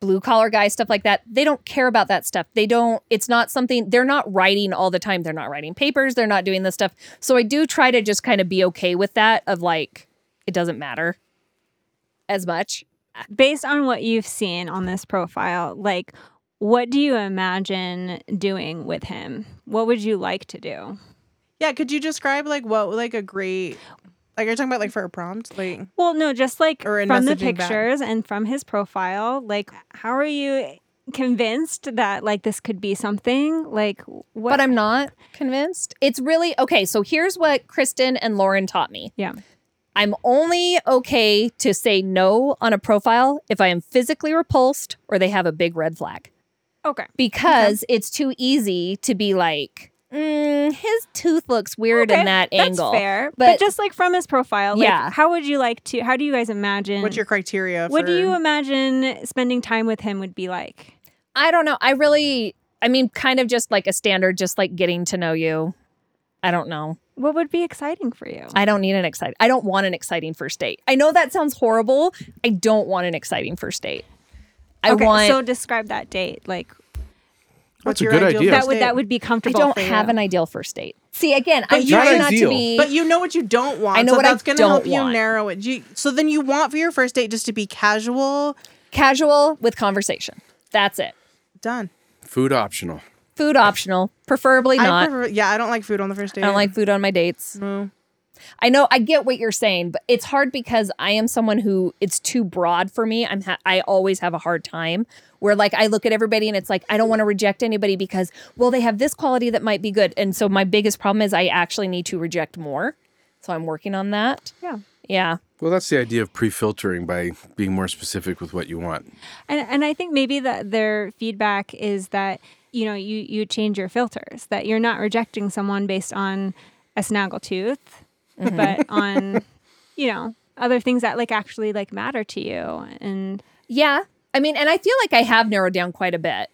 blue collar guys stuff like that, they don't care about that stuff. They don't it's not something they're not writing all the time. They're not writing papers, they're not doing this stuff. So I do try to just kind of be okay with that of like it doesn't matter as much. Based on what you've seen on this profile, like what do you imagine doing with him? What would you like to do? Yeah, could you describe like what like a great like are you talking about like for a prompt? Like Well, no, just like Or in from the messaging back. pictures and from his profile, like how are you convinced that like this could be something? Like what But I'm not convinced. It's really okay. So here's what Kristen and Lauren taught me. Yeah. I'm only okay to say no on a profile if I am physically repulsed or they have a big red flag Okay. because it's too easy to be like, mm, his tooth looks weird Okay, in that That's angle. fair. But, But- just like from his profile, like, Yeah. how would you like to how do you guys imagine what's your criteria Mm. what do for- you imagine spending time with him would be like? I don't know. I really, I mean, kind of just like a standard, just like getting to know you. I don't know. What would be exciting for you? I don't need an exciting. I don't want an exciting first date. I know that sounds horrible. I don't want an exciting first date. I okay, want. so describe that date. Like what's That's a your good ideal idea. first that would date? that would be I comfortable. don't for have you. an ideal first date. See, again, I'm you- trying Not not to ideal. be. But you know what you don't want. I know so what I that's gonna don't help you want. narrow it. You, so then you want for your first date just to be casual. casual with conversation. That's it. Done. Food optional. Food optional, preferably I not. prefer, yeah, I don't like food on the first date. I don't like food on my dates. I know I get what you're saying, but it's hard because I am someone who it's too broad for me. I'm ha- I always have a hard time where like I look at everybody and it's like I don't want to reject anybody because well they have this quality that might be good. And so my biggest problem is I actually need to reject more. So I'm working on that. Yeah. Yeah. Well, that's the idea of pre-filtering by being more specific with what you want. And and I think maybe that their feedback is that you know you you change your filters that you're not rejecting someone based on a snaggletooth, Mm-hmm. but on you know other things that like actually like matter to you and Yeah. I mean, and I feel like I have narrowed down quite a bit.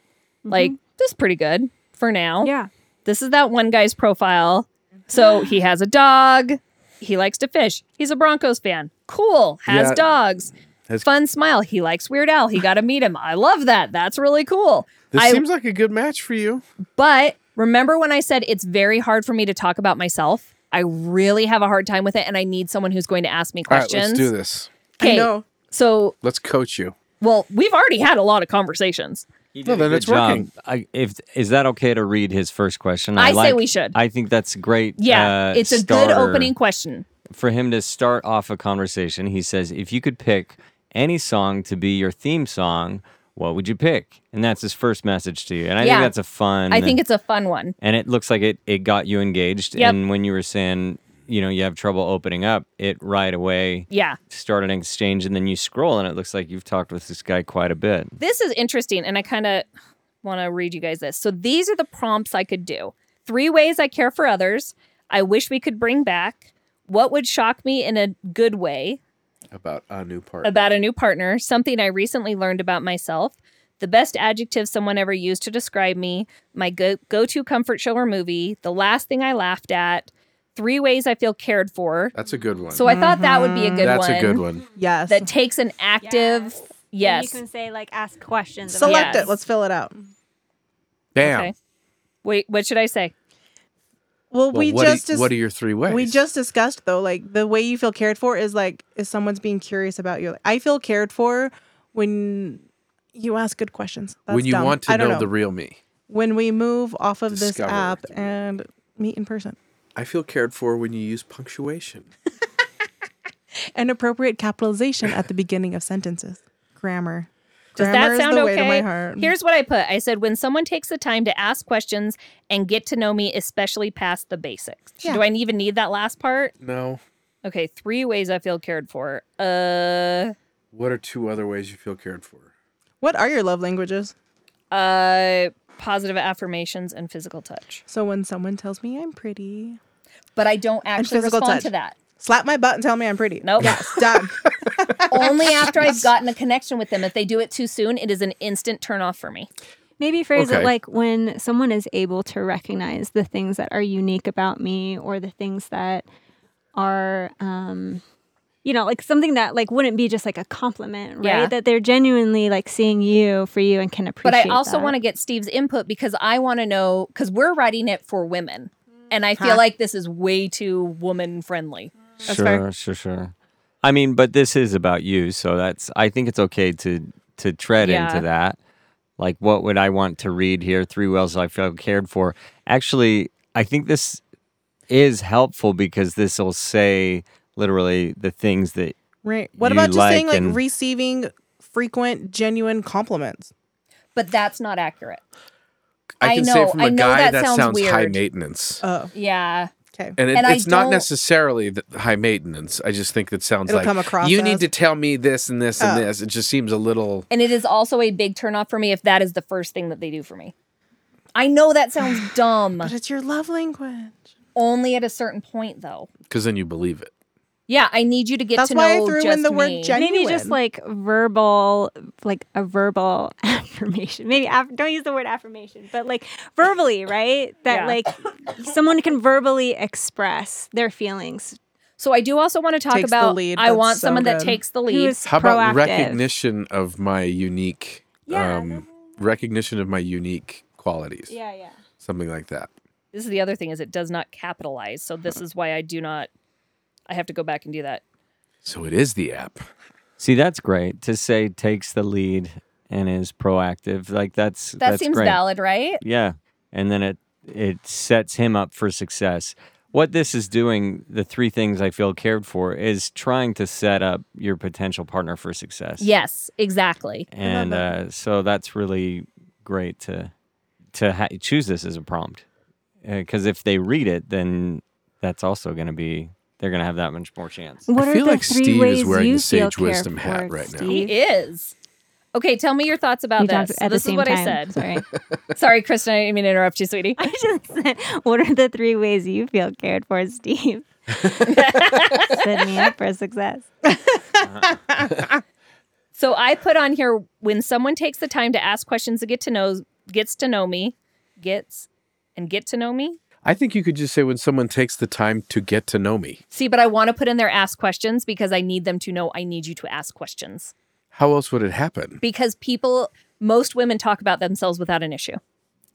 Like this is pretty good for now. yeah This is that one guy's profile. So he has a dog. He likes to fish. He's a Broncos fan. Cool. Has Yeah. dogs. Has- Fun smile. He likes Weird Al. He got to meet him. I love that. That's really cool. This I, seems like a good match for you. but remember when I said it's very hard for me to talk about myself? I really have a hard time with it, and I need someone who's going to ask me All right, questions. let's do this. I Okay. know. So, Let's coach you. well, we've already had a lot of conversations. He did No, a then good it's working. job. I, if is that okay to read his first question? I say like- we should. I think that's great. Yeah, uh, it's a good starter. opening question. for him to start off a conversation. He says, "If you could pick any song to be your theme song, what would you pick?" And that's his first message to you. And I Yeah. think that's a fun. I think it's a fun one. and it looks like it it got you engaged. Yep. And when you were saying, you know, you have trouble opening up, it right away Yeah. start an exchange, and then you scroll, and it looks like you've talked with this guy quite a bit. this is interesting and i kind of want to read you guys this so these are the prompts i could do three ways i care for others i wish we could bring back what would shock me in a good way About a new part. about a new partner something i recently learned about myself the best adjective someone ever used to describe me my go- go-to comfort show or movie the last thing i laughed at three ways i feel cared for That's a good one. so i thought that would be a good That's one a good one. Yes. that takes an active yes, you can say like ask questions Select Yes. it. Let's fill it out. Damn. okay wait what should i say Well, Well, we what, just are, dis- what are your three ways? we just discussed though, like the way you feel cared for is like if someone's being curious about you. Like, I feel cared for when you ask good questions. That's when you dumb. want to I don't know, the real me. when we move off of Discover. this app and meet in person. I feel cared for when you use punctuation. And appropriate capitalization at the beginning of sentences. Grammar. Does Grammar that sound is the okay? way to my heart. Here's what I put. I said, when someone takes the time to ask questions and get to know me, especially past the basics. Yeah. Do I even need that last part? No. Okay, three ways I feel cared for. Uh, What are two other ways you feel cared for? what are your love languages? uh, positive affirmations and physical touch. So when someone tells me I'm pretty, But I don't actually physical respond touch. to that. slap my butt and tell me I'm pretty. Nope. Yes, done. Only after I've gotten a connection with them. If they do it too soon, it is an instant turn off for me. Maybe phrase Okay. it like when someone is able to recognize the things that are unique about me or the things that are, um, you know, like something that like wouldn't be just like a compliment, right? Yeah. That they're genuinely like seeing you for you and can appreciate. But I also want to. to get Steve's input because I want to know because we're writing it for women. And I feel like this is way too woman friendly. sure, fair. sure, sure. I mean, but this is about you, so that's. I think it's okay to to tread Yeah. into that. Like, what would I want to read here? Three wells I felt cared for. Actually, I think this is helpful because this will say literally the things that Right. What you about just saying like like and- receiving frequent, genuine compliments? but that's not accurate. I I can know, say from a I know guy that that, sounds sounds, high weird. maintenance. Oh, Yeah. okay. and it, and I it's not don't- necessarily the high maintenance. I just think that sounds It'll like come across you as- need to tell me this and this and Oh. this. It just seems a little. And it is also a big turnoff for me if that is the first thing that they do for me. I know that sounds dumb. But it's your love language. Only at a certain point, though. Because then you believe it. Yeah, I need you to get That's to know why I threw in just the word me. gen- Maybe just Genuine. like verbal, like a verbal affirmation. Maybe aff- don't use the word affirmation, but like verbally, right? That Yeah. like someone can verbally express their feelings. So I do also want to talk Takes the about. lead. I That's want so someone that good. takes the Who lead. is How proactive. about recognition of my unique? Yeah, um, recognition of my unique qualities. Yeah, yeah. Something like that. this is the other thing is it does not capitalize. So Uh-huh. this is why I do not. I have to go back and do that. So it is the app. see that's great to say takes the lead and is proactive like that's That that's seems great. valid, right? Yeah, and then it it sets him up for success. What this is doing, the three things I feel cared for, is trying to set up your potential partner for success. Yes, exactly. and uh, so that's really great to to ha- choose this as a prompt because if they read it, then that's also going to be they're going to have that much more chance. What I are feel the like three Steve is ways wearing you the feel sage wisdom cared hat for, right now. Steve? He is. Okay, tell me your thoughts about We talked this. at this the is same what time. I said. Sorry. Sorry, Kristen, I didn't mean to interrupt you, sweetie. I just said, what are the three ways you feel cared for, Steve? Set me up for success. So I put on here when someone takes the time to ask questions to get to know gets to know me, gets and get to know me. I think you could just say when someone takes the time to get to know me. See, but I want to put in their ask questions because I need them to know I need you to ask questions. How else would it happen? Because people most women talk about themselves without an issue.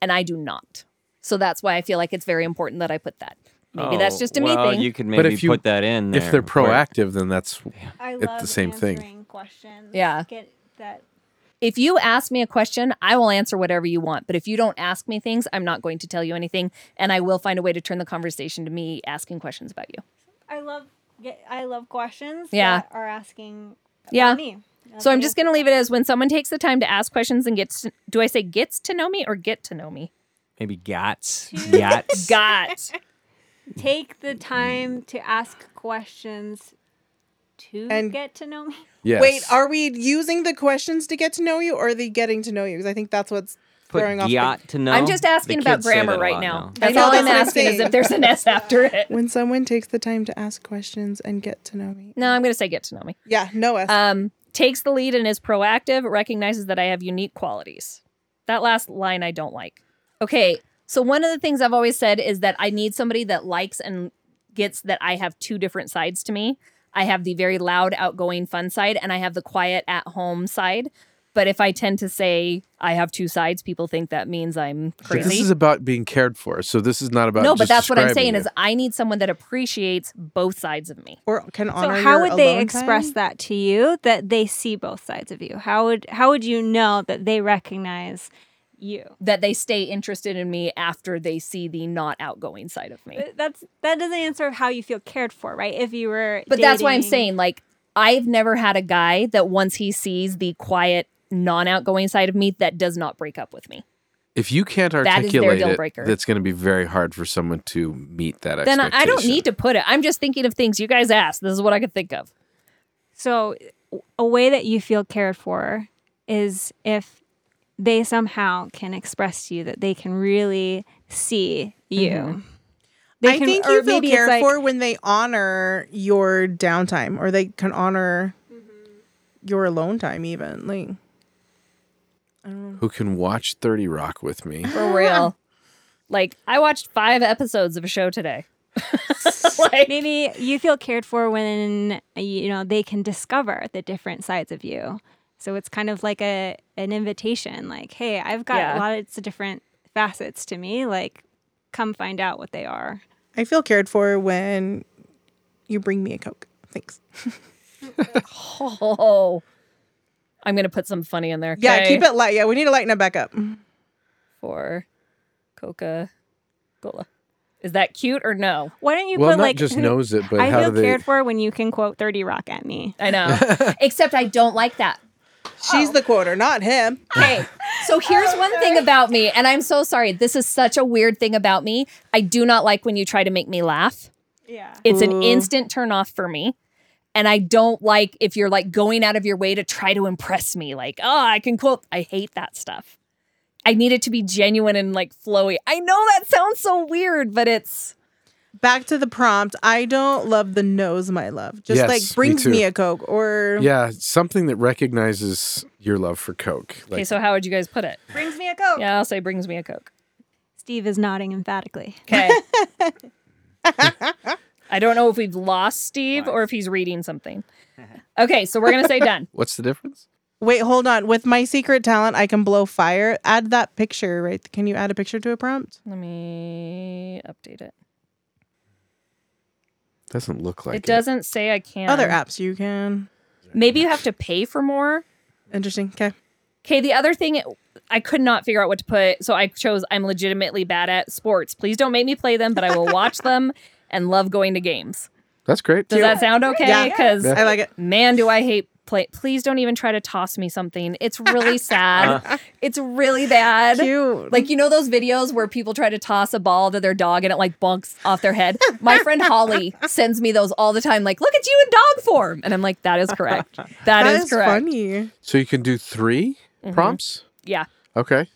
And I do not. So that's why I feel like it's very important that I put that. Maybe that's Oh, just a well, me thing. You could maybe if you- put that in If they're there, where- proactive, then that's I It's the love same thing. questions. Yeah. Get that. if you ask me a question, I will answer whatever you want. But if you don't ask me things, I'm not going to tell you anything. And I will find a way to turn the conversation to me asking questions about you. I love get, I love questions Yeah. that are asking about Yeah. me. So I'm just going to leave it as when someone takes the time to ask questions and gets, to, do I say gets to know me or get to know me? maybe gots, Two- gots. Got. take the time to ask questions to And- get to know me. yes. Wait, are we using the questions to get to know you or are they getting to know you? Because I think that's what's Put throwing off. the- yacht to know. I'm just The asking about kids say that grammar a right lot now. now. That's That's all all I'm that's what I'm asking is saying. if there's an S after it. when someone takes the time to ask questions and get to know me. No, I'm going to say get to know me. Yeah, no us. Um, takes the lead and is proactive, recognizes that I have unique qualities. That last line I don't like. Okay, so one of the things I've always said is that I need somebody that likes and gets that I have two different sides to me. I have the very loud, outgoing, fun side, and I have the quiet, at home side. But if I tend to say I have two sides, people think that means I'm But crazy. this is about being cared for. So this is not about no, but just that's what I'm describing saying you. is I need someone that appreciates both sides of me. or can So honor how your would they alone express time? that to you that they see both sides of you? How would how would you know that they recognize you? That they stay interested in me after they see the not outgoing side of me. Th- That's that doesn't answer how you feel cared for, right? If you were But that's why I'm dating- saying, like, I've never had a guy that once he sees the quiet, non outgoing side of me, that does not break up with me. if you can't is their articulate deal it, breaker. that's going to be very hard for someone to meet that Then I, expectation. I don't need to put it. I'm just thinking of things you guys asked. This is what I could think of. So, a way that you feel cared for is if they somehow can express to you that they can really see you. Mm-hmm. They I can- think or you feel maybe it's cared like- for when they honor your downtime or they can honor Mm-hmm. your alone time even. Like Who can watch 30 Rock with me? For real. like, I watched five episodes of a show today. like, Maybe you feel cared for when you know they can discover the different sides of you. So it's kind of like a an invitation, like, "Hey, I've got Yeah. lots of different facets to me. Like, come find out what they are." I feel cared for when you bring me a Coke. Thanks. oh. I'm going to put some funny in there. Yeah, okay? keep it light. Yeah, we need to lighten it back up. For Coca Cola. Is that cute or no? Why don't you well, put not like just knows it, but I how feel do they? cared for when you can quote 30 Rock at me. I know. Except I don't like that. Oh. She's the quoter, not him. Okay. So here's one thing about me, and I'm so sorry. This is such a weird thing about me. I do not like when you try to make me laugh. Yeah. It's an Ooh. instant turn off for me. And I don't like if you're like going out of your way to try to impress me. Like, oh, I can quote. I hate that stuff. I need it to be genuine and like flowy. I know that sounds so weird, but it's Back to the prompt. I don't love the nose, my love. Just Yes, like me brings too. me, a Coke or Yeah, something that recognizes your love for Coke. okay. Like, So how would you guys put it? Brings me a coke. Yeah, I'll say brings me a coke. Steve is nodding emphatically. Okay. I don't know if we've lost Steve or if he's reading something. Okay, so we're gonna say done. what's the difference? Wait, hold on. With my secret talent, I can blow fire. Add that picture, right? Can you add a picture to a prompt? Let me update it. Doesn't look like It doesn't say I can. Other apps you can. Maybe you have to pay for more. Interesting. Okay. Okay, the other thing I could not figure out what to put, so I chose I'm legitimately bad at sports. Please don't make me play them, but I will watch them and love going to games. That's great. Does that sound okay? Yeah. Because I like it. man, do I hate play. Please don't even try to toss me something. It's really sad. it's really bad. Cute. Like you know those videos where people try to toss a ball to their dog and it like bunks off their head. My friend Holly sends me those all the time. Like, look at you in dog form, and I'm like, that is correct. that that is, is, correct. funny. So you can do 3 Mm-hmm. prompts. Yeah, Okay.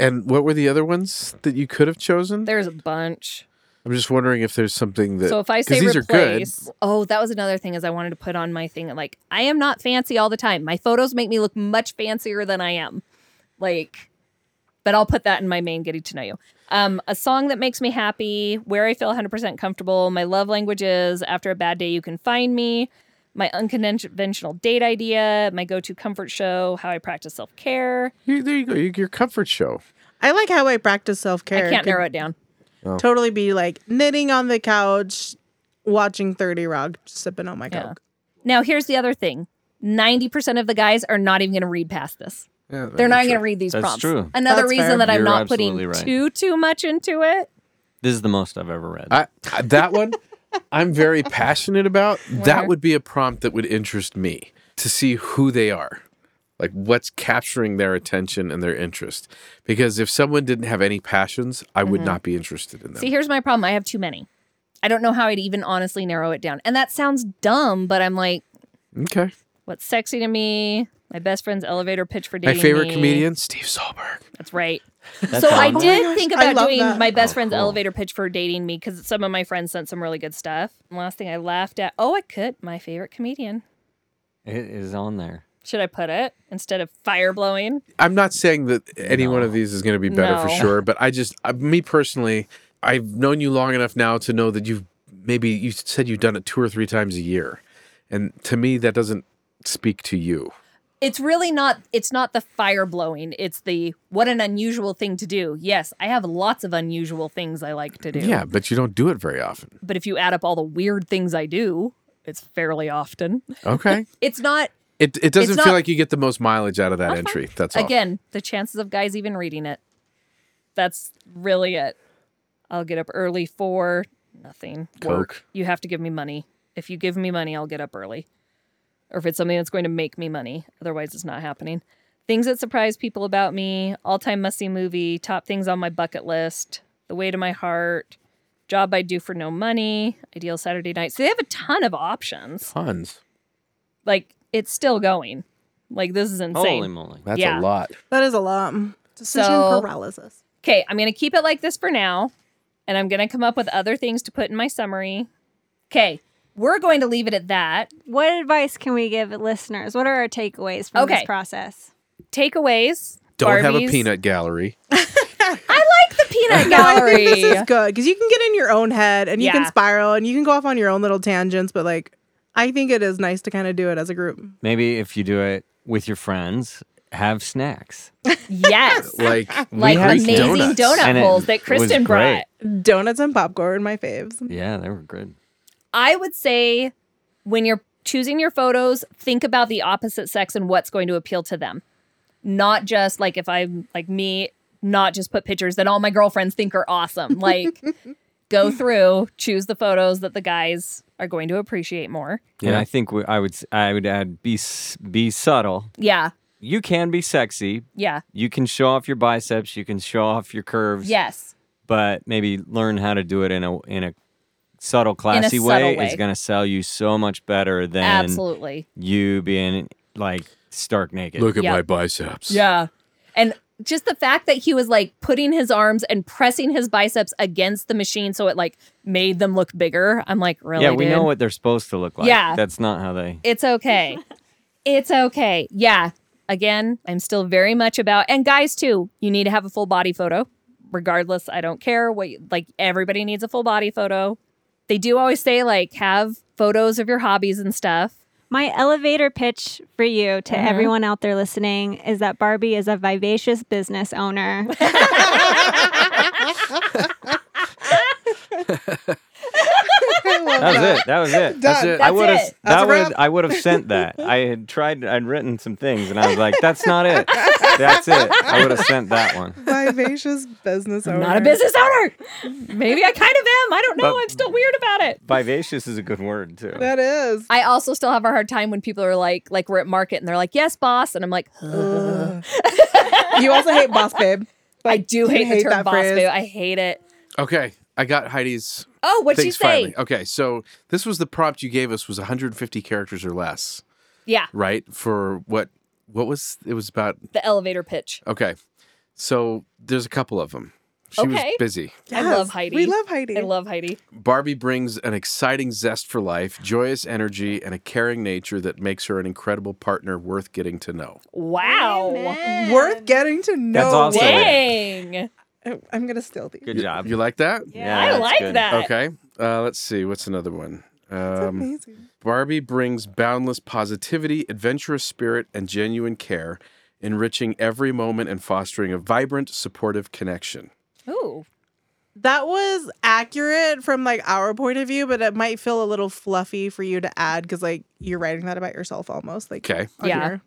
And what were the other ones that you could have chosen? there's a bunch. I'm just wondering if there's something that. So if I 'cause say these replace, are oh, that was another thing is I wanted to put on my thing. Like, I am not fancy all the time. My photos make me look much fancier than I am. Like, but I'll put that in my main getting to know you. Um, a song that makes me happy, where I feel 100% comfortable, my love languages, after a bad day, you can find me, my unconventional date idea, my go to comfort show, how I practice self care. good. You- There you go. you- Your comfort show. I like how I practice self I care. can't narrow it down. Totally be like knitting on the couch, watching 30 Rock, sipping on my Yeah. Coke. Now, here's the other thing 90% of the guys are not even going to read past this. Yeah, They're not sure. going to read these That's prompts. true. Another That's reason fair. that I'm You're not putting absolutely right. too too much into it. This is the most I've ever read. I, I- that one I'm very passionate about. Where? That would be a prompt that would interest me to see who they are. Like what's capturing their attention and their interest. Because if someone didn't have any passions, I would not be interested in them. Mm-hmm. See, here's my problem. I have too many. I don't know how I'd even honestly narrow it down. And that sounds dumb, but I'm like, okay. what's sexy to me? My best friend's elevator pitch for My dating. favorite me. comedian, Steve Solberg. That's right. That so I sounds- did think I about love doing that. my best friend's cool. elevator pitch for dating me because some of my friends sent some really good stuff. And last thing I laughed at. Oh, I could. My favorite comedian. It is on there. Should I put it instead of fire blowing? I'm not saying that any one of these is going to be better for No. sure, but I just, I, me personally, I've known you long enough now to know that you've maybe, you said you've done it two or three times a year. And to me, that doesn't speak to you. it's really not it's not the fire blowing it's the what an unusual thing to do yes i have lots of unusual things i like to do Yeah, but you don't do it very often. but if you add up all the weird things i do it's fairly often Okay. it's not it it doesn't It's feel not- Uh-huh. like you get the most mileage out of that entry. That's all. again the chances of guys even reading it that's really it i'll get up early for nothing Coke. you have to give me money if you give me money i'll get up early or if it's something that's going to make me money otherwise it's not happening things that surprise people about me all-time must-see movie top things on my bucket list the way to my heart job i do for no money ideal saturday night so they have a ton of options Tons. like it's still going like this is insane Holy moly. That's Yeah. a lot. That is a lot. Decision So- paralysis. Okay, I'm going to keep it like this for now, and I'm going to come up with other things to put in my summary. Okay, we're going to leave it at that. What advice can we give listeners? What are our takeaways from Okay. this process? Takeaways. Don't have a Barbies. peanut gallery. The peanut No, I think this is gallery. good because you can get in your own head and you can Yeah. spiral and you can go off on your own little tangents. But like, I think it is nice to kind of do it as a group. Maybe if you do it with your friends, have snacks. yes. Like Like we had amazing donut, donuts. And it holes that was Kristen great. brought. Donuts and popcorn, my faves. Yeah, they were good. I would say when you're choosing your photos, think about the opposite sex and what's going to appeal to them. Not just like if I'm like me, not just put pictures that all my girlfriends think are awesome. Like go through, choose the photos that the guys are going to appreciate more. And I think we, I would s- I would add be s- be subtle. Yeah. You can be sexy. Yeah. You can show off your biceps. You can show off your curves. Yes. But maybe learn how to do it in a in a subtle, classy way, subtle way. is going to sell you so much better than absolutely. you being like stark naked. Look at Yeah. my biceps. Yeah. And just the fact that he was like putting his arms and pressing his biceps against the machine so it like made them look bigger. I'm like, really? yeah, we dude? know what they're supposed to look like. Yeah. that's not how they. It's okay. it's okay. Yeah. Again, I'm still very much about and guys too, you need to have a full body photo. Regardless, I don't care what you, like everybody needs a full body photo. They do always say like have photos of your hobbies and stuff. My elevator pitch for you to everyone out there listening is that Barbie is a vivacious business owner. That was it. That was it. That's it. I That's would it. have. That's a That would. wrap. I would have sent that. I had tried. I'd written some things, and I was like, "That's not it. That's it." I would have sent that one. Vivacious business owner. I'm not a business owner. Maybe I kind of am. I don't know. But- I'm still weird about it. Vivacious is a good word too. That is. I also still have a hard time when people are like, like we're at market and they're like, yes, boss. And I'm like, You also hate boss babe. I do hate the hate term that boss, phrase. babe. I hate it. Okay. I got Heidi's Oh, what'd she things say? finally. Okay. So this was the prompt you gave us was 150 characters or less, Yeah. right? For what? What was it? Was about The elevator pitch. okay. So there's a couple of them. She was Okay. busy. I love Heidi. We love Heidi. I love Heidi. Barbie brings an exciting zest for life, joyous energy, and a caring nature that makes her an incredible partner worth getting to know. Wow. Worth getting to know. awesome. Dang. I- I'm gonna steal these. Good You- job. You like that? Yeah, I that's like good. that. Okay. Uh, let's see. What's another one? Um, Amazing. Barbie brings boundless positivity, adventurous spirit, and genuine care, enriching every moment and fostering a vibrant, supportive connection. Ooh. That was accurate from like our point of view, but it might feel a little fluffy for you to add because like you're writing that about yourself almost. Like Okay. on Yeah. your-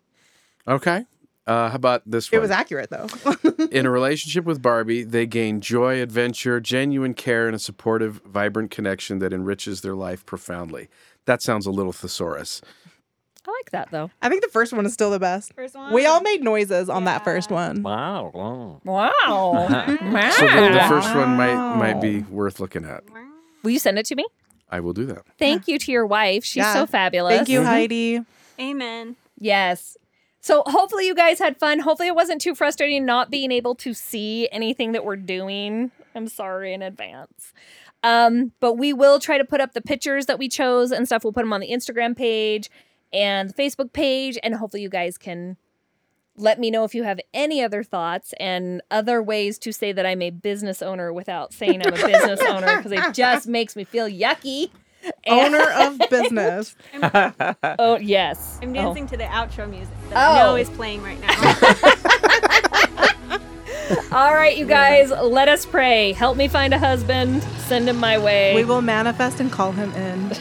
Okay. Uh, how about this one? It was accurate though. In a relationship with Barbie, they gain joy, adventure, genuine care, and a supportive, vibrant connection that enriches their life profoundly. That sounds a little thesaurus. I like that though. I think the first one is still the best. First one. We all made noises on that Yeah. first one. Wow. wow. Wow. So the, the Wow. first one might might be worth looking at. Will you send it to me? I will do that. Thank you to your wife. She's Yeah. so fabulous. Thank you, Heidi. Amen. Yes. So hopefully you guys had fun. Hopefully it wasn't too frustrating not being able to see anything that we're doing. I'm sorry in advance. Um, but we will try to put up the pictures that we chose and stuff. We'll put them on the Instagram page and the Facebook page, and hopefully you guys can let me know if you have any other thoughts and other ways to say that I'm a business owner without saying I'm a business owner because it just makes me feel yucky. And- Owner of business. oh yes, I'm Oh. dancing to the outro music Oh. that I know is playing right now. All right, you guys, let us pray. Help me find a husband. Send him my way. We will manifest and call him in.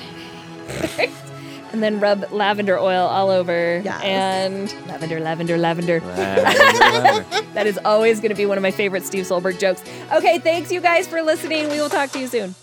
And then rub lavender oil all over. Yes. And lavender, lavender, lavender. Wow. That is always going to be one of my favorite Steve Solberg jokes. Okay, thanks, you guys, for listening. We will talk to you soon.